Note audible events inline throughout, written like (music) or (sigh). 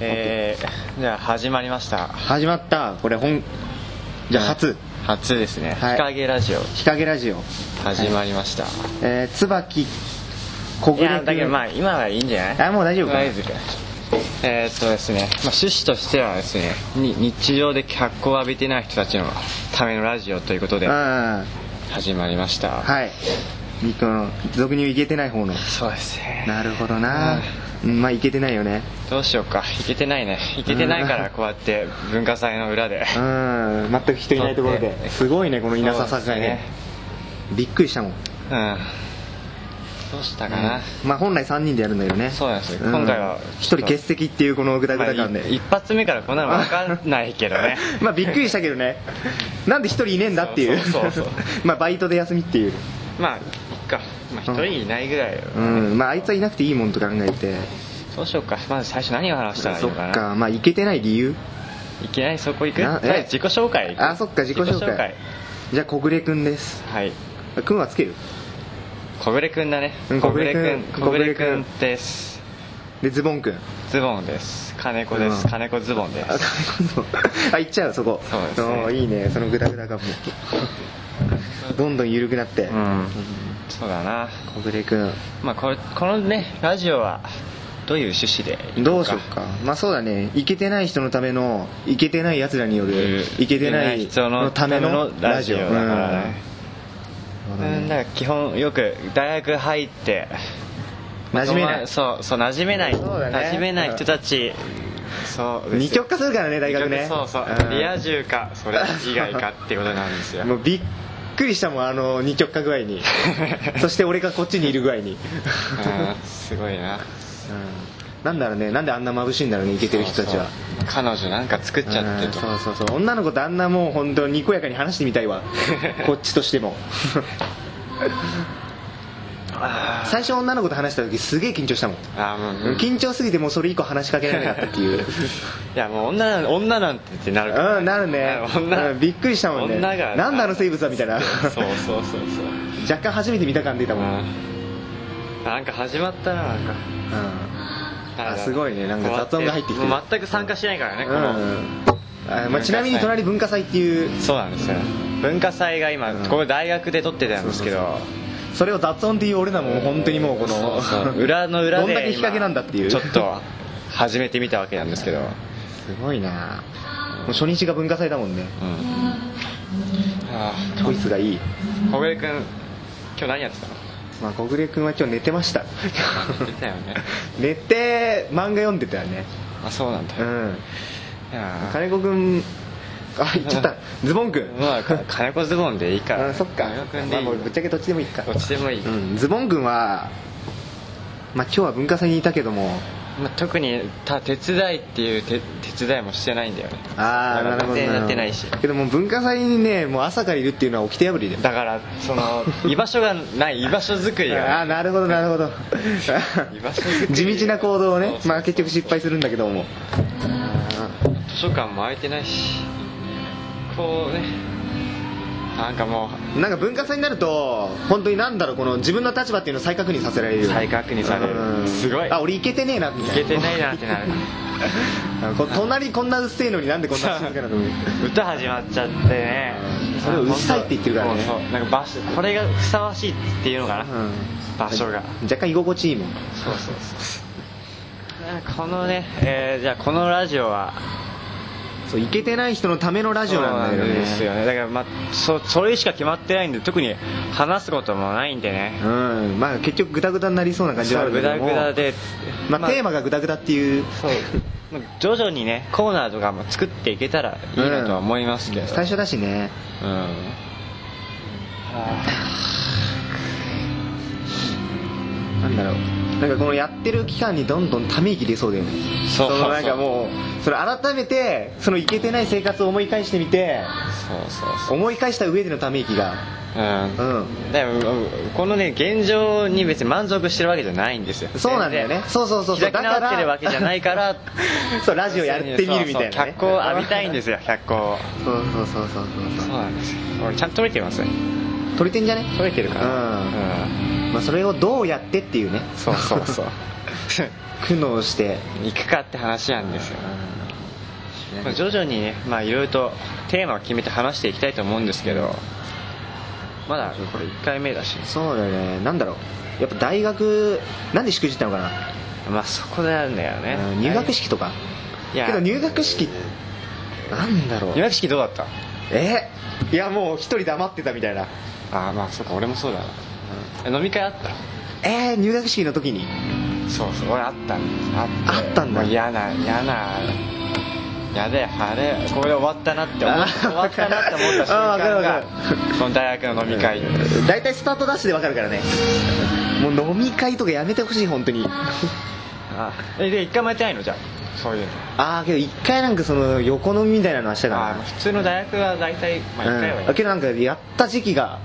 えー、じゃあ始まりました始まったこれ本じゃあ初、初ですね、はい日陰ラジオ日陰ラジオ、始まりました、えー、椿小い、やだけどまああ今はいいんじゃないあもう大丈夫か大丈夫かえー、っとですね、まあ、趣旨としてはですねに日常で脚光を浴びてない人たちのためのラジオということでうん始まりました、はいみっこの俗に言ういけてない方のそうですねなるほどなうんまあいけてないよねどうしようかいけてないねいけてないからこうやって文化祭の裏でうん全く人いないところそうでねすごいねこの稲佐そう境ですねびっくりしたもん、うんどうしたかな、まあ本来3人でやるんだけどねそうなんですよん今回は1人欠席っていうこのグダグまあダ感で、い一発目からこんなの分かんないけど (laughs) ねまあびっくりしたけどねなんで一人いねえんだっていうそうそうそうそう (laughs) まあバイトで休みっていうまあいっかまあ一人いないぐらいよ、うんまああいつはいなくていいもんと考えてどうしようかまず最初何を話したらいいそのっかなかまあいけてない理由いきなりそこ行くなえとりあえず自己紹介行くあそっか自己紹介じゃあ小暮くんですはいくんはつける小暮くんだねうん小暮くん小小暮暮くくんんですでズボンくんズボンです金子です、うん金子ズボンであす (laughs) あ行っちゃうそこそうですねおーいいねそのグダグダ感もどんどん緩くなって、うんそうだな小暮くんまあこれこのねラジオはどういう趣旨でいこどうしようかまあそうだねイケてない人のためのイケてない奴らによるイケてない人人ののたためめののララジジオオだからね、うんうなるほどん、ねだから基本よく大学入って馴染めないそうそう馴染めない、そうだね馴染めない人たち、そうです二極化するからね大学二ね極そうそう、んリア充かそれ以外かってことなんですよ (laughs) もうびっくりしたもんあの二極化具合 (laughs) にそして俺がこっちにいる具合に、うんすごいなうん、なんだろうねなんであんな眩しいんだろうねイケてる人たちはそうそう彼女なんか作っちゃってとうんそうそうそう女の子とあんなもう本当にこやかに話してみたいわ (laughs) こっちとしてもあ最初女の子と話した時すげえ緊張したもん、ーあーもう、うん、い緊張すぎてもうそれ以降話しかけられなかったっていうやもう女なん女なんてってなるからうんなるね女、うんびっくりしたもんね女がなんだあの生物はみたいなそうそうそうそう (laughs) 若干初めて見た感出たもん、うんなんか始まったななんかあすごいねなんか雑音が入ってきてるもう全く参加しないからねうんこの、あまあ、ちなみに隣文化祭っていうそうなんですよ文化祭が今、うんここ大学で撮ってたんですけどそうそれを雑音っていう俺らもう本当にもうこのそうそう裏の裏でどんだけ日陰なんだっていう今ちょっと始めてみたわけなんですけど、うん、すごいなもう初日が文化祭だもんねあチョイスがいい、ー小暮君今日何やってたのまあ、小暮君は今日寝てました (laughs) 言ってたよね寝て漫画読んでたよね (laughs) あそうなんだ、いうんやー金子君あ行っちゃったズボン君まあか金子ズボンでいいからあそっか、金子君まであ、いいもうぶっちゃけどっちでもいいかどっちでもいい、うん、ズボン君は、まあ、今日は文化祭にいたけどもまあ、特にた手伝いっていう手手伝いもしてないんだよねああだなからるほど全然やってないるしほどけどもう文化祭にねもう朝からいるっていうのは起きて破りでだからその居場所がない居場所作りああがなるほどなるほど居場所作り地道な行動をそうねそうそうまあ結局失敗するんだけどもあ図書館も空いてないしこうねなんかもうーなんか文化祭になると本当になんだろうこの自分の立場っていうのを再確認させられるよね再確認されるうんすごいあ俺いけてねえなみいたいけなてないなってなるあ (laughs) こ隣こんなうっせえのになんでこんな静かなのに歌始まっちゃってねそれをうっさいって言ってるからねそうそうなんか場所これがふさわしいって (laughs) いうのかな、うん場所が若干居心地いいもんそうそうそうこのね、えーじゃあこのラジオはそういけてない人のためのラジオなんだよそうねですよねだから、まあ、そそれしか決まってないんで特に話すこともないんでねうんまあ結局グダグダになりそうな感じはあるグけどダもグダで、まあ、テーママがグダグダっていうそうまあ徐々にねコーナーとかも作っていけたらいいなとは思いますけど、最初だしねうんなんだろうなんかこのやってる期間にどんどんため息出そうだよねそうのなんかもうそれ改めてそのいけてない生活を思い返してみてそうそうそう思い返した上でのため息がうんうんでもこのね現状に別に満足してるわけじゃないんですよそうなんだよねそうそうそうそう開き直ってるわけじゃないからそうラジオやってみるみたいな、ね、そうそう脚光を浴びたいんですよ脚光をそうそうそうそうそうそうそうなんですよ俺ちゃんと見てます撮れてんじゃね、取れてるからうんまあ、それをどうやってっていうねそうそうそう (laughs) 苦悩して行くかって話なんですよ、うんまあ、徐々にねまあいろいろとテーマを決めて話していきたいと思うんですけどまだこれ1回目だしそうだねなんだろうやっぱ大学なんでしくじったのかな、まあそこであるんだよねうん入学式とかいやけど入学式なんだろう入学式どうだったえいやもう一人黙ってたみたいなああまあそっか俺もそうだな、え飲み会あったえー、入学式の時にそうそう俺あったんだあったんだもう嫌な嫌なやであれこれで終わったなって思あっー終わったなって思った瞬あーわか間るわかがるその大学の飲み会大体スタートダッシュでわかるからねもう飲み会とかやめてほしい本 (laughs) 当にあえで一回もやってないのじゃあそういうのああけど一回なんかその横飲みみたいなのはしたかあー普通の大学は大体、まあ、な1回はうやんる、だけどなんかやった時期が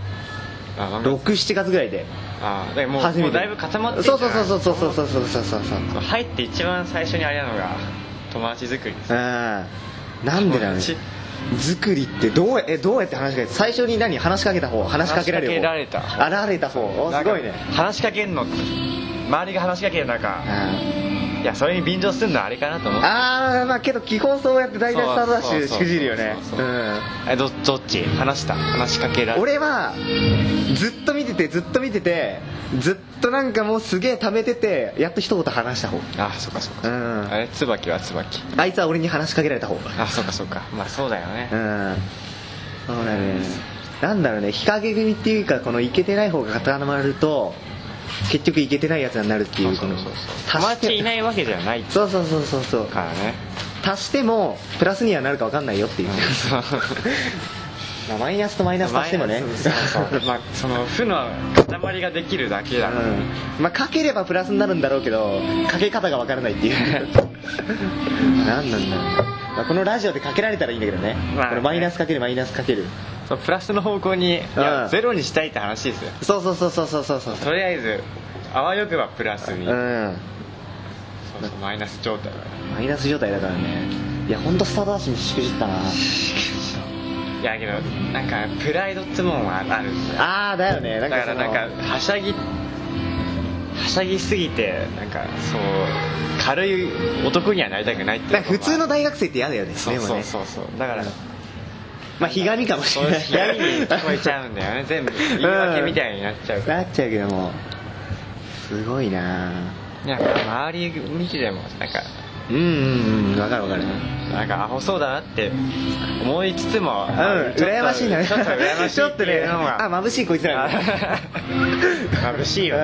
あなんか67月ぐらいであーだからもう初めてもうだいぶ固まってるじそゃうんそうそうそうそうそうそうそうそうそうそう入って一番最初にあれなのが友達作りですうんなんでなの友達作りってどうやえどうやって話しかけ最初に何話しかけた方話しかけられる方話しかけらあられた方おすごいねなんか話しかけんの周りが話しかける中うんいやそれに便乗するのはあれかなと思ってああまあけど基本そうやって大体スタートダッシュしくじるよねそううそうんえどどっち話した話しかけられ俺はずっと見ててずっと見ててずっとなんかもうすげえ溜めててやっと一言話した方あそっかそっうか、んあれ椿は椿あいつは俺に話しかけられた方うんあそっかそっかまあそうだよね、そうだねなんだろうね日陰組っていうかこのイケてない方が固まると結局イケてないやつになるっていうこの友足して達いないわけじゃないそうそうそうそうそうから (laughs) ね足してもプラスにはなるか分かんないよっていう、そうまあマイナスとマイナス足してもねそうそう (laughs) まあその負の塊ができるだけだから、うんまあ、かければプラスになるんだろうけどかけ方がわからないっていう何なんだろう、まあこのラジオでかけられたらいいんだけどね,、まあねこのマイナスかけるマイナスかけるそうプラスの方向にいうんやゼロにしたいって話ですよそうそうそうそうそうそうそうとりあえずあわよくばプラスに、うんそうそうマイナス状態マイナス状態だからねいや本当スタートダッシュにしくじったないやけどなんかプライドっつもんはあるんだよああだよねだなんかかそらのなんかはしゃぎはしゃぎすぎてなんかそう軽い男にはなりたくないっていうなんか普通の大学生って嫌だよねそうでもそうねそうそうだからまあひがみかもしそうれいう嫌ない (laughs) 味に聞こえちゃうんだよね全部言い訳みたいになっちゃうからなっちゃうけどもすごいななんか周り見てでもなんかうんうんうんわかるわかるなんかアホそうだなって思いつつも、ううん羨ましいなちょっと羨ましいちょっとってねいうのがあ眩しいこいつらみたいな眩しいよ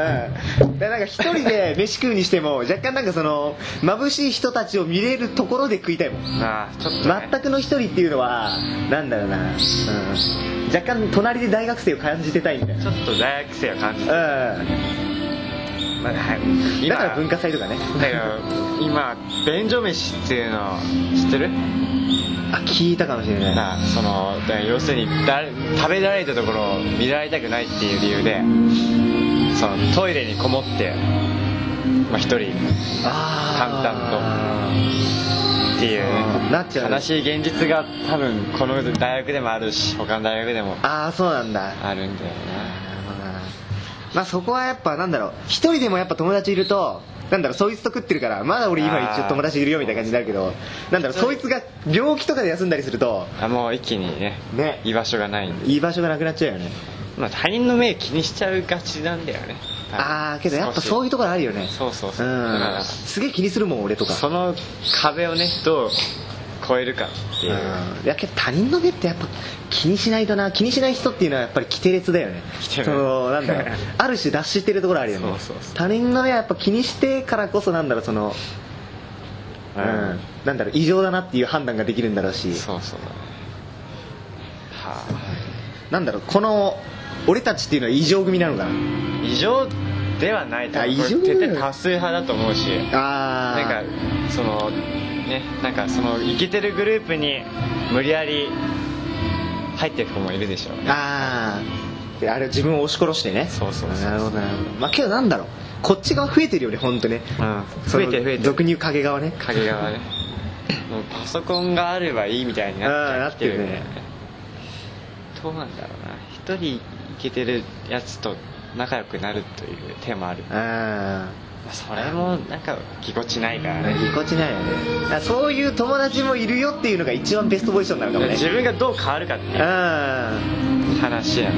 うん、でなんか一人で飯食うにしても若干なんかその眩しい人たちを見れるところで食いたいもんなあちょっと、ね、全くの一人っていうのはなんだろうな、うん、若干隣で大学生を感じてたいみたいちょっと大学生を感じて、なうんまあはいだから文化祭とかねだから今便所飯っていうの知ってるあ聞いたかもしれないなあそのだから要するに誰食べられたところを見られたくないっていう理由でそのトイレにこもってまあ、一人あっていううんなっちゃう悲しい現実が多分この大学でもあるし他の大学でも淡々とああそうなんだあるんだよねまあそこはやっぱなんだろう一人でもやっぱ友達いるとなんだろうそいつと食ってるからまだ俺今一応友達いるよみたいな感じになるけどなんだろうそいつが病気とかで休んだりするとあもう一気にねね居場所がないんで、いい場所がなくなっちゃうよねまあ、他人の目気にしちゃうがちなんだよね多分ああけどやっぱ少しそういうところあるよねそうそううそう、だかんらすげえ気にするもん俺とかその壁をねどう超えるかってういんう、いやけど他人の目ってやっぱ気にしないとな気にしない人っていうのはやっぱり規定列だよね規定列そのな (laughs) んだろうある種脱してるところあるよねそうそうそう他人の目はやっぱ気にしてからこそなんだろうそのうん、うんなんだろう異常だなっていう判断ができるんだろうしそうそうだねはなんだろうこの俺たちっていうのは異常組なのかなあ異常ではないとあ思う異常これ絶対多数派だと思うしああなんかそのねなんかそのイケてるグループに無理やり入ってる子もいるでしょうねああであれ自分を押し殺してねそうそうそうそうなるほどなるほどまあけどなんだろうこっち側増えてるよね本当ねうん増えてる増えてる俗に言う影側ね影側ねもうパソコンがあればいいみたいになっちゃってるあーなってるねどうなんだろうな一人イケてるやつと仲良くなるという手もあるあそれもなんかぎこちないからねぎこちないよねだからそういう友達もいるよっていうのが一番ベストポジションなのかもね自分がどう変わるかっていうう話や、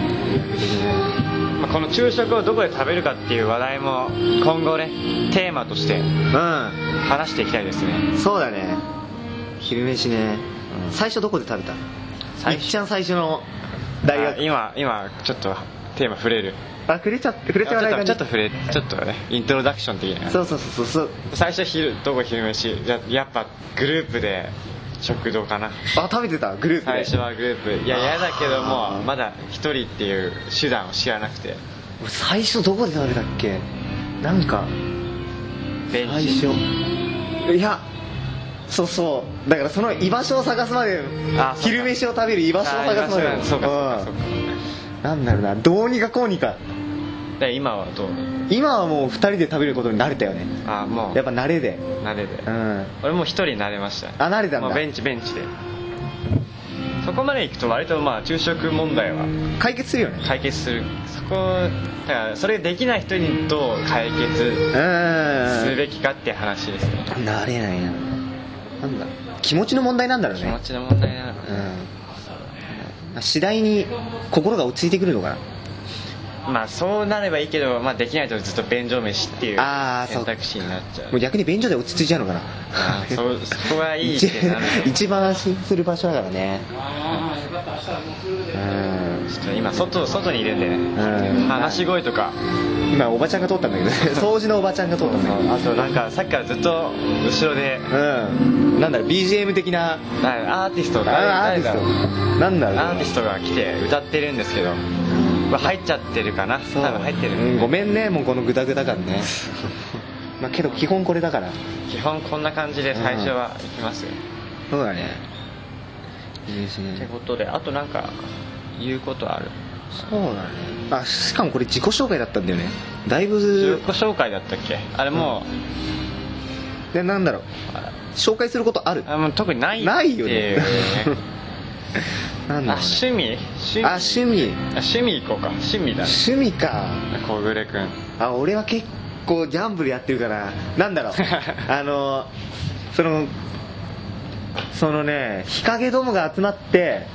まあ、この昼食をどこで食べるかっていう話題も今後ねテーマとしてん話していきたいですねうんそうだね昼飯ね、うん最初どこで食べた最いっ初ちゃん最初の大あ学今今ちょっとテーマ触れるあ触れちゃって触れてはないあ感ちじょっとちょっと触れちょっとねイントロダクション的なそうそうそうそう最初昼どこ昼飯ややっぱグループで食堂かなあ食べてたグループ最で初はグループいや嫌だけどあもーまだ一人っていう手段を知らなくて俺最初どこで食べたっけなんかベン最チ初いやそうそうだからその居場所を探すまであそうか昼飯を食べる居場所を探すまあー居場所なでんそうかそうかそんうかなんだろうなどうにかこうにかで今はどう今はもう2人で食べることに慣れたよねあーもうやっぱ慣れで慣れてうん俺もう一人慣れましたあ慣れたんだもうベンチベンチでそこまで行くと割とまあ昼食問題は解決するよね解決するそこだからそれできない人にどう解う決すんべきかって話ですね慣れないななんだ気持ちの問題なんだろう気ね持ちの問題なのかなうん次第に心が落ち着いてくるのかなまあそうなればいいけど、まあ、できないとずっと便所飯っていうあーそう選択肢になっちゃうもう逆に便所で落ち着いちゃうのかなあーそうそこはいいっ一て (laughs) なる一番安心する場所だからねうんちょっと今外外にいるんでねうん話し声とか今おばちゃんが通ったん (laughs) だけど掃除のおばちゃんが通ったんだけどあとなんかさっきからずっと後ろでうんなんだろう BGM 的ななアーティストあア誰ーテだィスろうトなんだろうアーティストが来て歌ってるんですけどまあ入っちゃってるかなそう多分入ってる、うんごめんねもうこのグダグダ感 (laughs) ねまあけど基本これだから基本こんな感じで最初は行きますよ、そうだねいいですってねことであとなんか言うことあるそうだねあしかもこれ自己紹介だったんだよねだい自ぶ己紹介だったっけあれもでなんだろう紹介することあるう,、あもう特にないないよっていねう (laughs) なん (laughs) だあろうね趣味趣味あ趣味あ趣味行こうか趣味だね趣味か小暮君あ俺は結構ギャンブルやってるからなん (laughs) だろうあのそのそのね日陰どもが集まって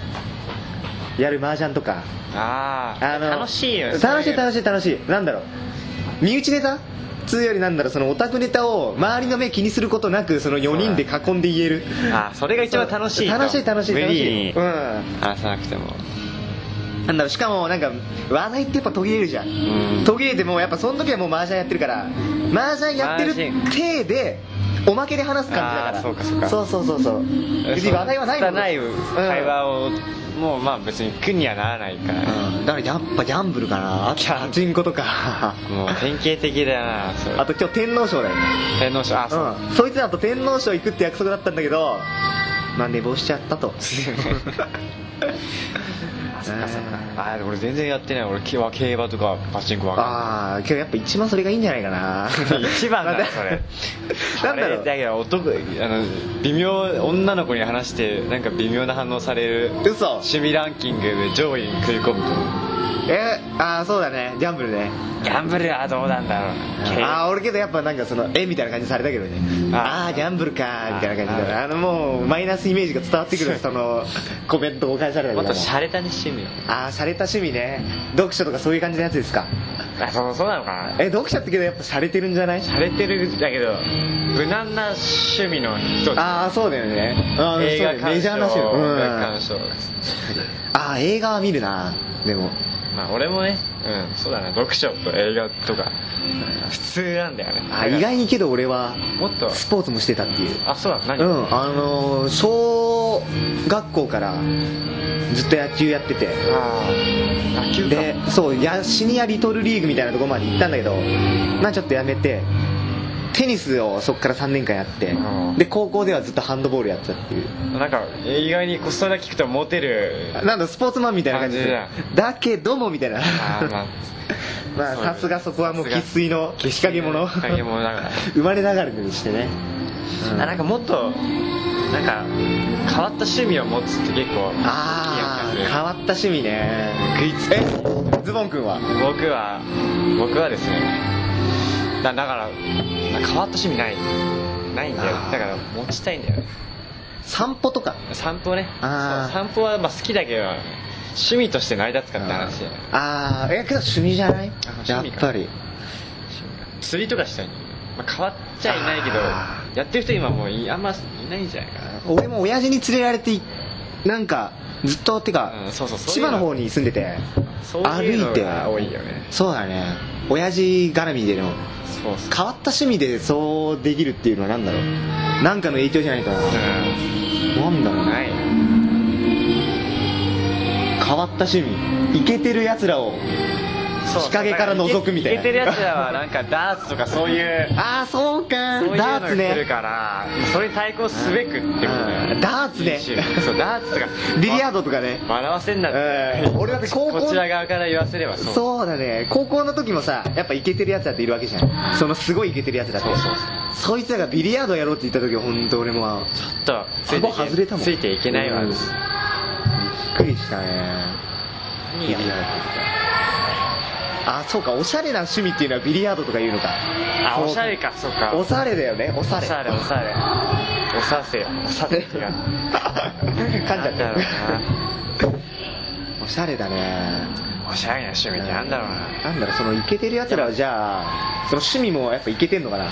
やる麻雀とかあああの楽しいよね楽しいし楽しい楽しいなんだろう身内ネタ普通よりなんだろうそのオタクネタを周りの目気にすることなくその4人で囲んで言えるあーそれが一番楽しいと楽しい楽しい無楽し理いにうん話さなくてもなんだろうしかもなんか話題ってやっぱ途切れるじゃん、うん途切れてもやっぱその時はもう麻雀やってるから麻雀やってる体でおまけで話す感じだかあらーそうかそうかそうそうそうそう別に話題はないもんない会を、話を、もうまあ別に苦にはならないからね、うんだからやっぱギャンブルかなあとパチンコとかもう典型的だなそれあと今日天皇賞だよね天皇賞あそう、うん、そいつらと天皇賞行くって約束だったんだけどまあ寝坊しちゃった (laughs) とあそっかそっかあー俺全然やってない俺競馬競馬とかパチンコわかんないああ今日やっぱ一番それがいいんじゃないかな (laughs) 一番だよそれ (laughs) なんだろあうれだけど男あの微妙女の子に話してなんか微妙な反応される嘘趣味ランキングで上位に食い込むとえああそうだねギャンブルねギャンブルはどうなんだろうああ俺けどやっぱなんかそのえみたいな感じされたけどねああーあーギャンブルかーみたいな感じでああのもうマイナスイメージが伝わって (laughs) くるそのコメントを返されたけもどっもと洒落たね趣味をああ洒落た趣味ね読書とかそういう感じのやつですかあそうそうなのかなえ読書ってけどやっぱ洒落てるんじゃない洒落てるんだけど無難な趣味の人ああそうだよねあー映画そうだよ鑑メジャーな賞趣味うん映画鑑賞ああ映画は見るなでもまあ俺もねうんそうだね読書と映画とか普通なんだよねあ意外にけど俺はもっとスポーツもしてたっていうあそうだ何、うんあのー小学校からずっと野球やっててああ野球かでそうやシニアリトルリーグみたいなところまで行ったんだけどまあちょっとやめてテニスをそっから3年間やってうんで高校ではずっとハンドボールやってたっていうなんか意外にこそれだけ聞くとモテるなんだスポーツマンみたいな感じで感じだけどもみたいなあーま (laughs) あまあさすがそこはもうさすが生粋の日陰者日陰者だから (laughs) 生まれながらにしてね、あなんかもっとなんか変わった趣味を持つって結構ああいい変よわった趣味ね食いつえズボン君は僕は僕はですねだだから変わった趣味ないないんだよあーだから持ちたいんだよね散歩とか散歩ねそうあー散歩はまあ好きだけど趣味として成り立つかって話だよねあーえけど趣味じゃないあやっ趣味かぱり釣りとかしたいんだけど、まあ、変わっちゃいないけどあやってる人今もういあんまいないんじゃないかな俺も親父に連れられていなんかずっとてか、うんそうそうそうい千うの葉の方に住んでてそういうのが多歩いいてよねそうだね親父絡みでのそうそう変わった趣味でそうできるっていうのは何だろうなんかの影響じゃないかななんだろううんねない変わった趣味イケてるやつらをそう日陰から覗くみたいなイケてるやつらはなんかダーツとかそういうああそうかそういうのダがーツ来るねからそれに対抗すべくってことだようねんダーツねいい趣味そうダーツとか (laughs) ビリヤードとかね笑わせんなってうん俺だって高校こちら側から言わせればそうそうだね高校の時もさやっぱイケてるやつだっているわけじゃんそのすごいイケてるやつだってそうそうそいつらがビリヤードやろうって言った時は本当俺もうちょっとついてい顎外れたもんついていけないわうんびっくりしたね何やるあそうかおしゃれな趣味っていうのはビリヤードとか言うのかあそうおしゃれかそうかおしゃれだよねおしゃおれしゃれおしゃれおさせおさせ違う噛んじゃっなんだろたおしゃれだねおしゃれな趣味ってなんだろうななんだろうそのイケてるやつらはじゃあその趣味もやっぱイケてんのかな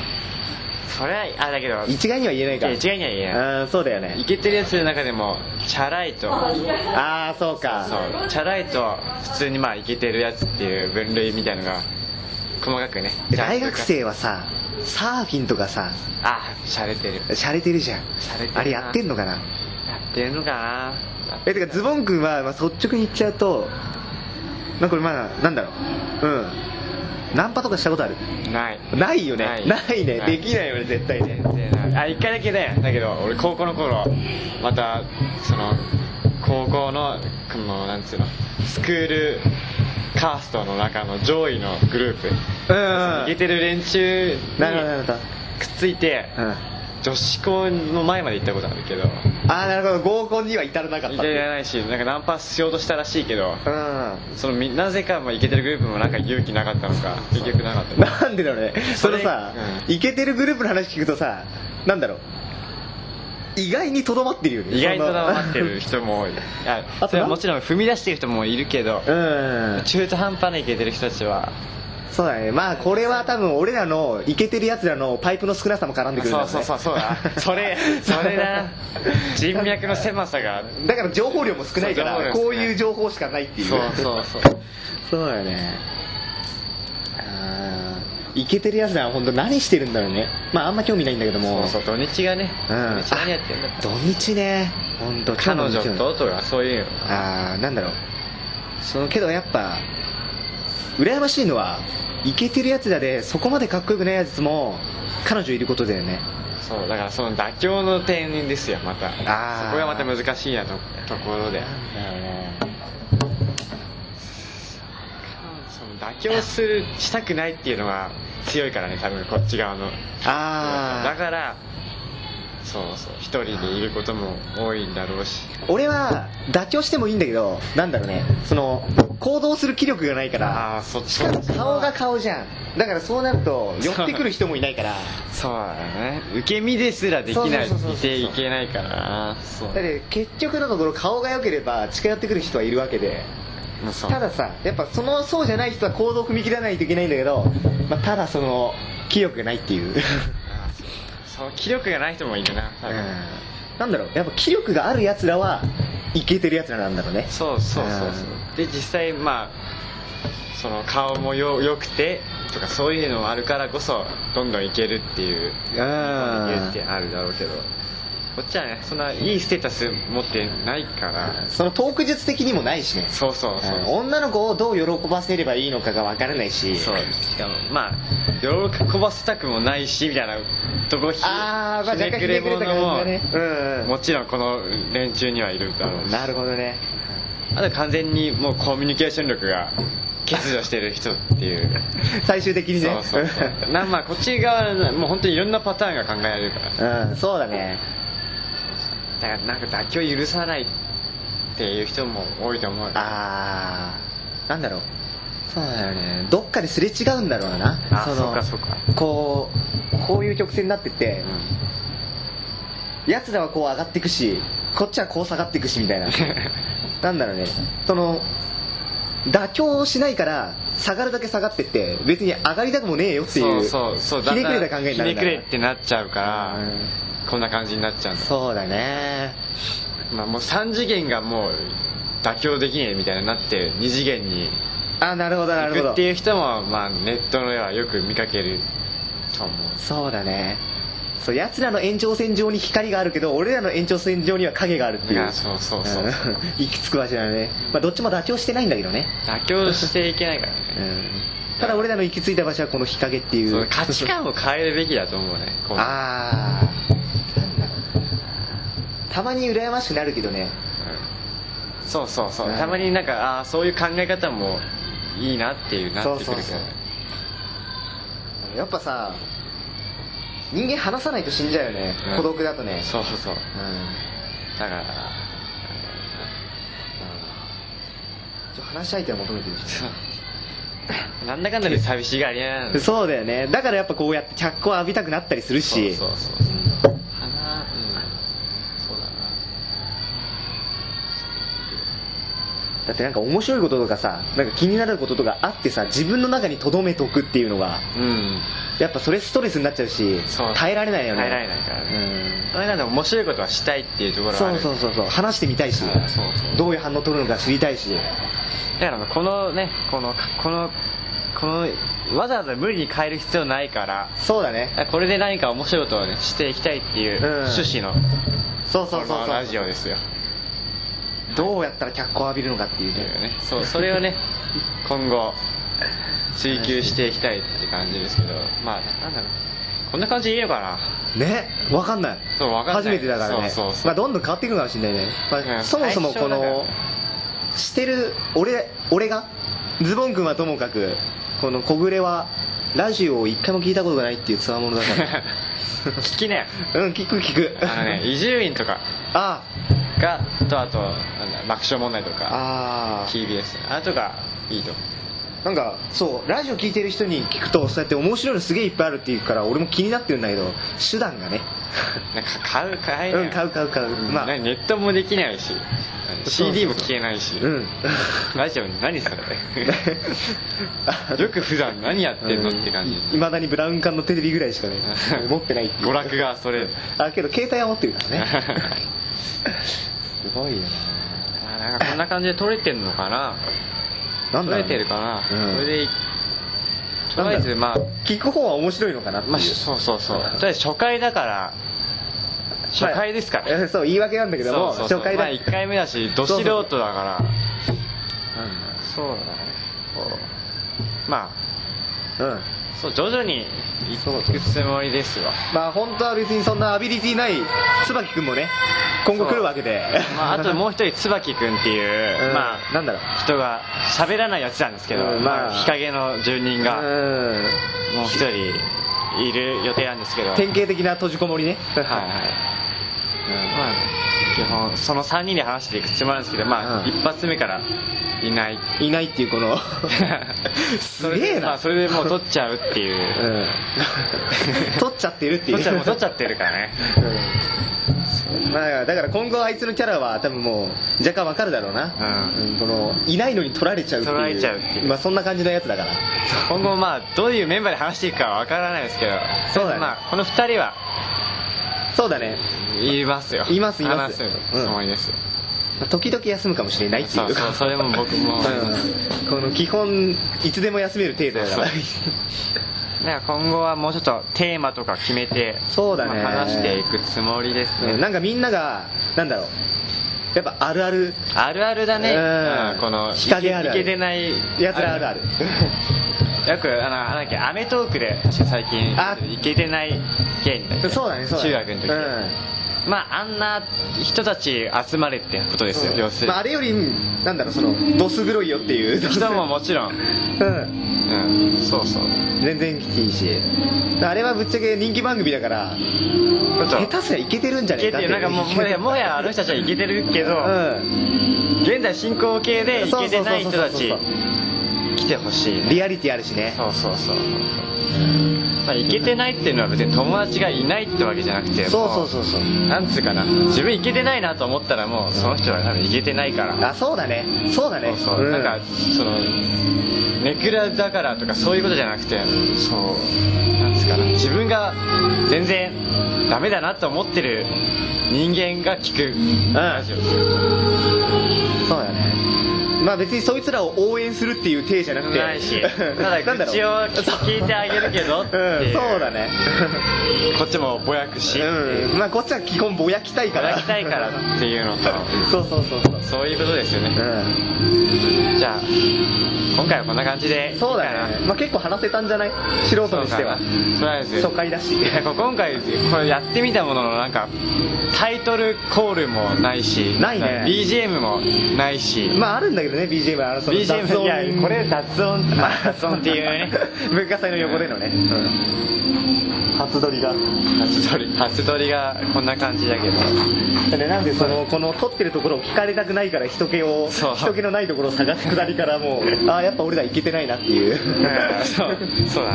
それはあだけど一概には言えないいかや一概には言えないうんそうだよいねけてるやつの中でもチャラいとああそうかそうチャラいと普通にまあイケてるやつっていう分類みたいのが細かくねで大学生はさサーフィンとかさあしゃれてる洒落てるじゃん洒落てるなあれやってんのかなやってるのかなえてかズボン君は、まあ、率直に言っちゃうとなんかこれまだなんだろううんナンパとかしたことあるないないよねないないねないできないよね絶対ね全然ないあ一回だけねだけど俺高校の頃またその高校のこのなんつうのスクールカーストの中の上位のグループうんイケてる連中なるほどなるにほどくっついてうん女子校の前まで行ったことあるけどああなるほど合コンには至らなかったいってけいうてないしなんかナンパしようとしたらしいけどうんそのみなぜかまあイケてるグループもなんか勇気なかったのか結局なかったのかなんでだろうねそそれのさうんイケてるグループの話聞くとさなんだろう意外にとどまってるよね意外と黙ってそる人も多いあとあそれはもちろん踏み出してる人もいるけどのうん中途半端にイケてる人たちはそうだねまあこれは多分俺らのイケてるやつらのパイプの少なさも絡んでくるんだそろうそうそうねそうだそれそれな人脈の狭さがだから情報量も少ないそかう情報ら量少ないこういう情報しかないっていうそうそうそうそうだよねあーイケてるやつらは本当何してるんだろうねまああんま興味ないんだけどもそうそう土日がね土うん日何やってんだあ土日ね本当彼女ととかそういうのああなんだろうそのけどやっぱ羨ましいのはイケてるやつらでそこまでかっこよくないやつも彼女いることだよねそうだからその妥協の点ですよまたあーそこがまた難しいなとところでだよねその妥協するしたくないっていうのは強いからね多分こっち側のだああからそうそう一人でいることも多いんだろうし俺は妥協してもいいんだけどなんだろうねその行動する気力がないからああーそっちしかも顔が顔じゃんだからそうなると寄ってくる人もいないからそうだね受け身ですらできないそうそうそうそういていけないからなそうだって結局のところ顔が良ければ近寄ってくる人はいるわけでもうそうたださやっぱそのそうじゃない人は行動を踏み切らないといけないんだけど、まあ、ただその気力がないっていう、うあん、ーそうそう気力がない人もいるな多分なんだろうやっぱ気力があるやつらはイケてるやつらなんだろうねそうそうそうそううで実際まあその顔もよ良くてとかそういうのもあるからこそどんどんいけるっていういけるうんってあるだろうけどこっちはねそんないいステータス持ってないからそのトーク術的にもないしねそうそうそううん女の子をどう喜ばせればいいのかが分からないしそうしかもまあ喜ばせたくもないしみたいなとこひああまあひね若干ひくねれくれ者た感じもだねうんもちろんこの連中にはいるだろううんしなるほどねあと完全にもうコミュニケーション力が欠如してる人っていう (laughs) 最終的にねそうそうそうなまあこっち側のもう本当にいろんなパターンが考えられるからだ (laughs) うんそうだねからなんか妥協許さないっていう人も多いと思うああなんだろうそうだよねどっかですれ違うんだろうなあのそっかそっかこうこういう曲線になってて、やつらはこう上がっていくしこっちはこう下がっていくしみたいな (laughs) なんだろうねその妥協をしないから下がるだけ下がってって別に上がりたくもねえよっていうそうそうそうひねくれだんただん考えになるひねくれってなっちゃうかあら、こんな感じになっちゃうんだ、そうだねまあ、もう3次元がもう妥協できねえみたいになって2次元にあなるほどな行るほくどっていう人も、まあ、ネットの絵はよく見かけると思うそうだねそう奴らの延長線上に光があるけど俺らの延長線上には影があるっていいやうそうそうそう、ん (laughs) 行き着く場所だね、まあ、どっちも妥協してないんだけどね、妥協していけないからうね、ん、ただ俺らの行き着いた場所はこの日陰っていそうの価値観を変えるべきだと思うねこうああなんだろうなたまに羨ましくなるけどねうんそうそうそう、うんたまになんかああそういう考え方もいいなっていうなってくるそうそうそうやっぱさ人間話さないと死んじゃうよね、うん孤独だとねそうそうそううん、だからちょ話し相手を求めてるしそうなんだかんだで寂しがり屋なんだそうだよねだからやっぱこうやって脚光浴びたくなったりするしそうそうそう花うんそうだだってなんか面白いこととかさなんか気になることとかあってさ自分の中に留めておくっていうのがなうんやっぱそれストレスになっちゃうしそう耐えられないよね耐えられないからねうんそれなんで面白いことはしたいっていうところはあそるうそうそうそう話してみたいしうんそうそうどういう反応取るのか知りたいしだからまあこのねこのこのこのわざわざ無理に変える必要ないからそうだねこれで何か面白いことをねしていきたいっていううん趣旨のそうこそうそうのそラうジオですよどうやったら脚光浴びるのかっていうっていうねねそうそれをね (laughs) 今後追求していきたいって感じですけどまあなんだろうこんな感じでいいのかなねわかんないそうわかんない初めてだからねそうそうそうまあ、どんどん変わっていくのかもしれないね、まあうんそもそもこ最初のだかしてる俺俺がズボン君はともかくこの小暮はラジオを一回も聞いたことがないっていうつわものだから (laughs) 聞きね (laughs) らうん聞く聞くあの (laughs) ね伊集院とかあがとあとなんだ爆笑問題とかああ TBS あとがいいと思うなんかそうラジオ聞いてる人に聞くとそうやって面白いのすげえいっぱいあるっていうから俺も気になってるんだけど手段がねなんか買う買えないうん買う買う買うまあ (laughs) なネットもできないしそうそう CD も聴けないしうんラジオ何それ (laughs) よく普段何やってんのって感じいまだにブラウン管のテレビぐらいしかね (laughs) 持ってないっていう娯楽がそ (laughs) れあけど携帯は持ってるからね (laughs) すごいよあなんかこんな感じで撮れてんのかなななん撮だれろうねてるかな、うんそれでとりあえずまあ聞く方は面白いのかなっていうまあそうそうそうとりあえず初回だから初回ですから、まあ (laughs) そう言い訳なんだけどもそうそうそう初回だまあ1回目だしど素人だからそうだねこうまうんうんあそう徐々にそう行そうそうくつもりですわまあ本当は別にそんなアビリティない椿君もね今後来るわけでまあ、あと (laughs) もう一人椿君っていう、うんまなんだろうあ人が喋らないやつなんですけど、うんままああ、日陰の住人うがんもう一人いる予定なんですけど典型的な閉じこもりねはいはい、まあ、基本その3人で話していくつもりなんですけど、まうあ、ん一発目からいないいないっていうこ (laughs) の (laughs) すそれげえでなまあ、それでもう取っちゃうっていうう、ん取っちゃってるってい取うっちゃうもう取っちゃってるからねうんまあ、だから今後あいつのキャラは多分もう若干わかるだろうな、うんこのいないのに取られちゃうっていう取られちゃうっていうまあ、そんな感じのやつだから今後まあどういうメンバーで話していくかは分からないですけどそうだねまあ、この2人はそうだねいますよいますいます話すつもりですよ、まあ時々休むかもしれないっていそううそうそれも僕もうんこの基本いつでも休める程度だからそうなんか今後はもうちょっとテーマとか決めてそうだねまあ話していくつもりですね、うんなんかみんながなんだろうやっぱあるあるあるあるだね、うんうんこの日陰あるあるいけてないやつらあるある (laughs) よくあのなんだっけアメトークで確か最近あいけてない芸人だっけそうだねそうだね中学の時、うんまああんな人たち集まれってことですよ、うん要するに、まあ、あれよりなんだろうそのどす黒いよっていう人ももちろん、うんうん、そうそう全然来ていいしあれはぶっちゃけ人気番組だからちょっと下手すりゃいけてるんじゃいねえけかてるなんかもうもやもやあの人たちはいけてるけど、うん現在進行形でいけてない人たそうちそうそうそうそう来てほしいねリアリティあるしねそうそうそうそうまあいけてないっていうのは別に友達がいないってわけじゃなくてそうそううそうそうなんつうかな自分いけてないなと思ったらもうその人は多分いけてないからあそうだねそうだねそうそう、んなんかそのネクラだからとかそういうことじゃなくてそうなんですかね自分が全然ダメだなと思ってる人間が聞くラジオですよ、そうだねまあ別にそいつらを応援するっていう体じゃなくてないし (laughs) なただんろう口を聞いてあげるけどってうんいうそうだねこっちもぼやくし、うんまあこっちは基本ぼやきたいぼからやきたいからっていうのとそうそうそうそうそういうことですよね、うじゃあ今回はこんな感じでいんいそかうだなねまあ結構話せたんじゃない素人にしてはそうかなとりあえず初回だしなんか今回これやってみたもののなんかタイトルコールもないしないねんか BGM もないし、まああるんだけどね BGM あのその BGM 雑音いやこれ雑音まあ雑音っていうね (laughs) 文化祭の横でのね、うん初撮りが初撮り初撮りがこんな感じだけどでなんでそのこの撮ってるところを聞かれたくないから人気をそう人気のないところを探すくだりから (laughs) もうああやっぱ俺らいけてないなっていううん (laughs) そうそうだ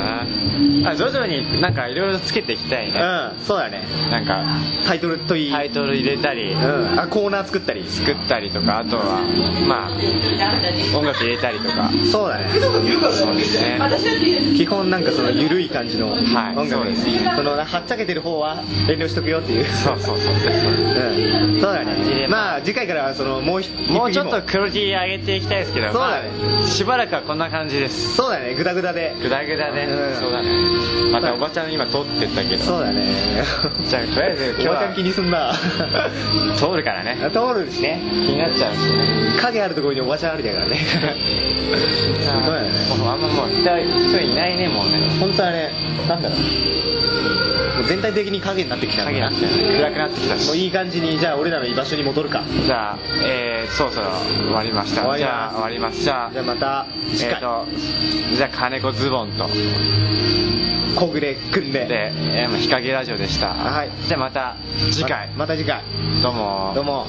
なあ徐々になんかいろいろつけていきたいねうんそうだねなんかタイトルといい、タイトル入れたりうん、あコーナー作ったり作ったりとかあとはまあ音楽入れたりとかそうだねそうですね基本なんかその緩い感じの音はい楽で、そうですそのはっちゃけてる方は遠慮しとくよっていうそうそうそうそううんそうだねでまあ次回からはそのもうひもうちょっ一とクオリティ上げていきたいですけどそうだねまあしばらくはこんな感じですそうだねグダグダでグダグダね、うんそうだねまたおばちゃん今撮ってったけどそうだねじゃあとりあえず今日おばちゃん気はにす (laughs) んな通るからね通るしね気になっちゃうしね影あるところにおばちゃんありだからねすごいねもうあんまもう人人いないねもうね (laughs) 本当はねなんだろうもう全体的に影になってきた影にんだななっちゃうね暗くなってきたもういしい感じにじゃあ俺らの居場所に戻るかじゃあえー、そろそろ終わりました終わりますじゃあ終わりますじゃあじゃあまた次えー回、とじゃあ金子ズボンと小暮くんでで、えー、日陰ラジオでしたはいじゃあまた次回、ままた次回どうもどうも